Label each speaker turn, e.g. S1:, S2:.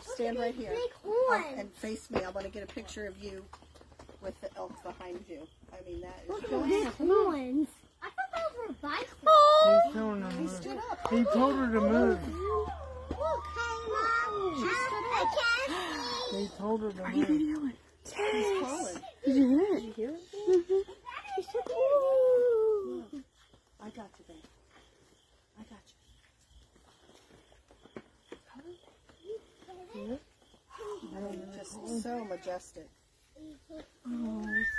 S1: stand right here
S2: Big
S1: up
S2: horn.
S1: and face me. I want to get a picture of you with the elk behind you. I mean, that is
S2: Look
S1: cool.
S2: at big horns. I thought those were bicycles.
S3: He's telling her to
S1: He
S3: move.
S1: stood up.
S3: He told her to move.
S2: Look, hey, Mom. I can't see.
S3: He told her to move.
S1: He's calling.
S4: Did you hear it? Did you hear it?
S1: I got you, babe. I got you. I mean, you're just so majestic.
S4: Oh,
S1: Oh,
S2: Oh,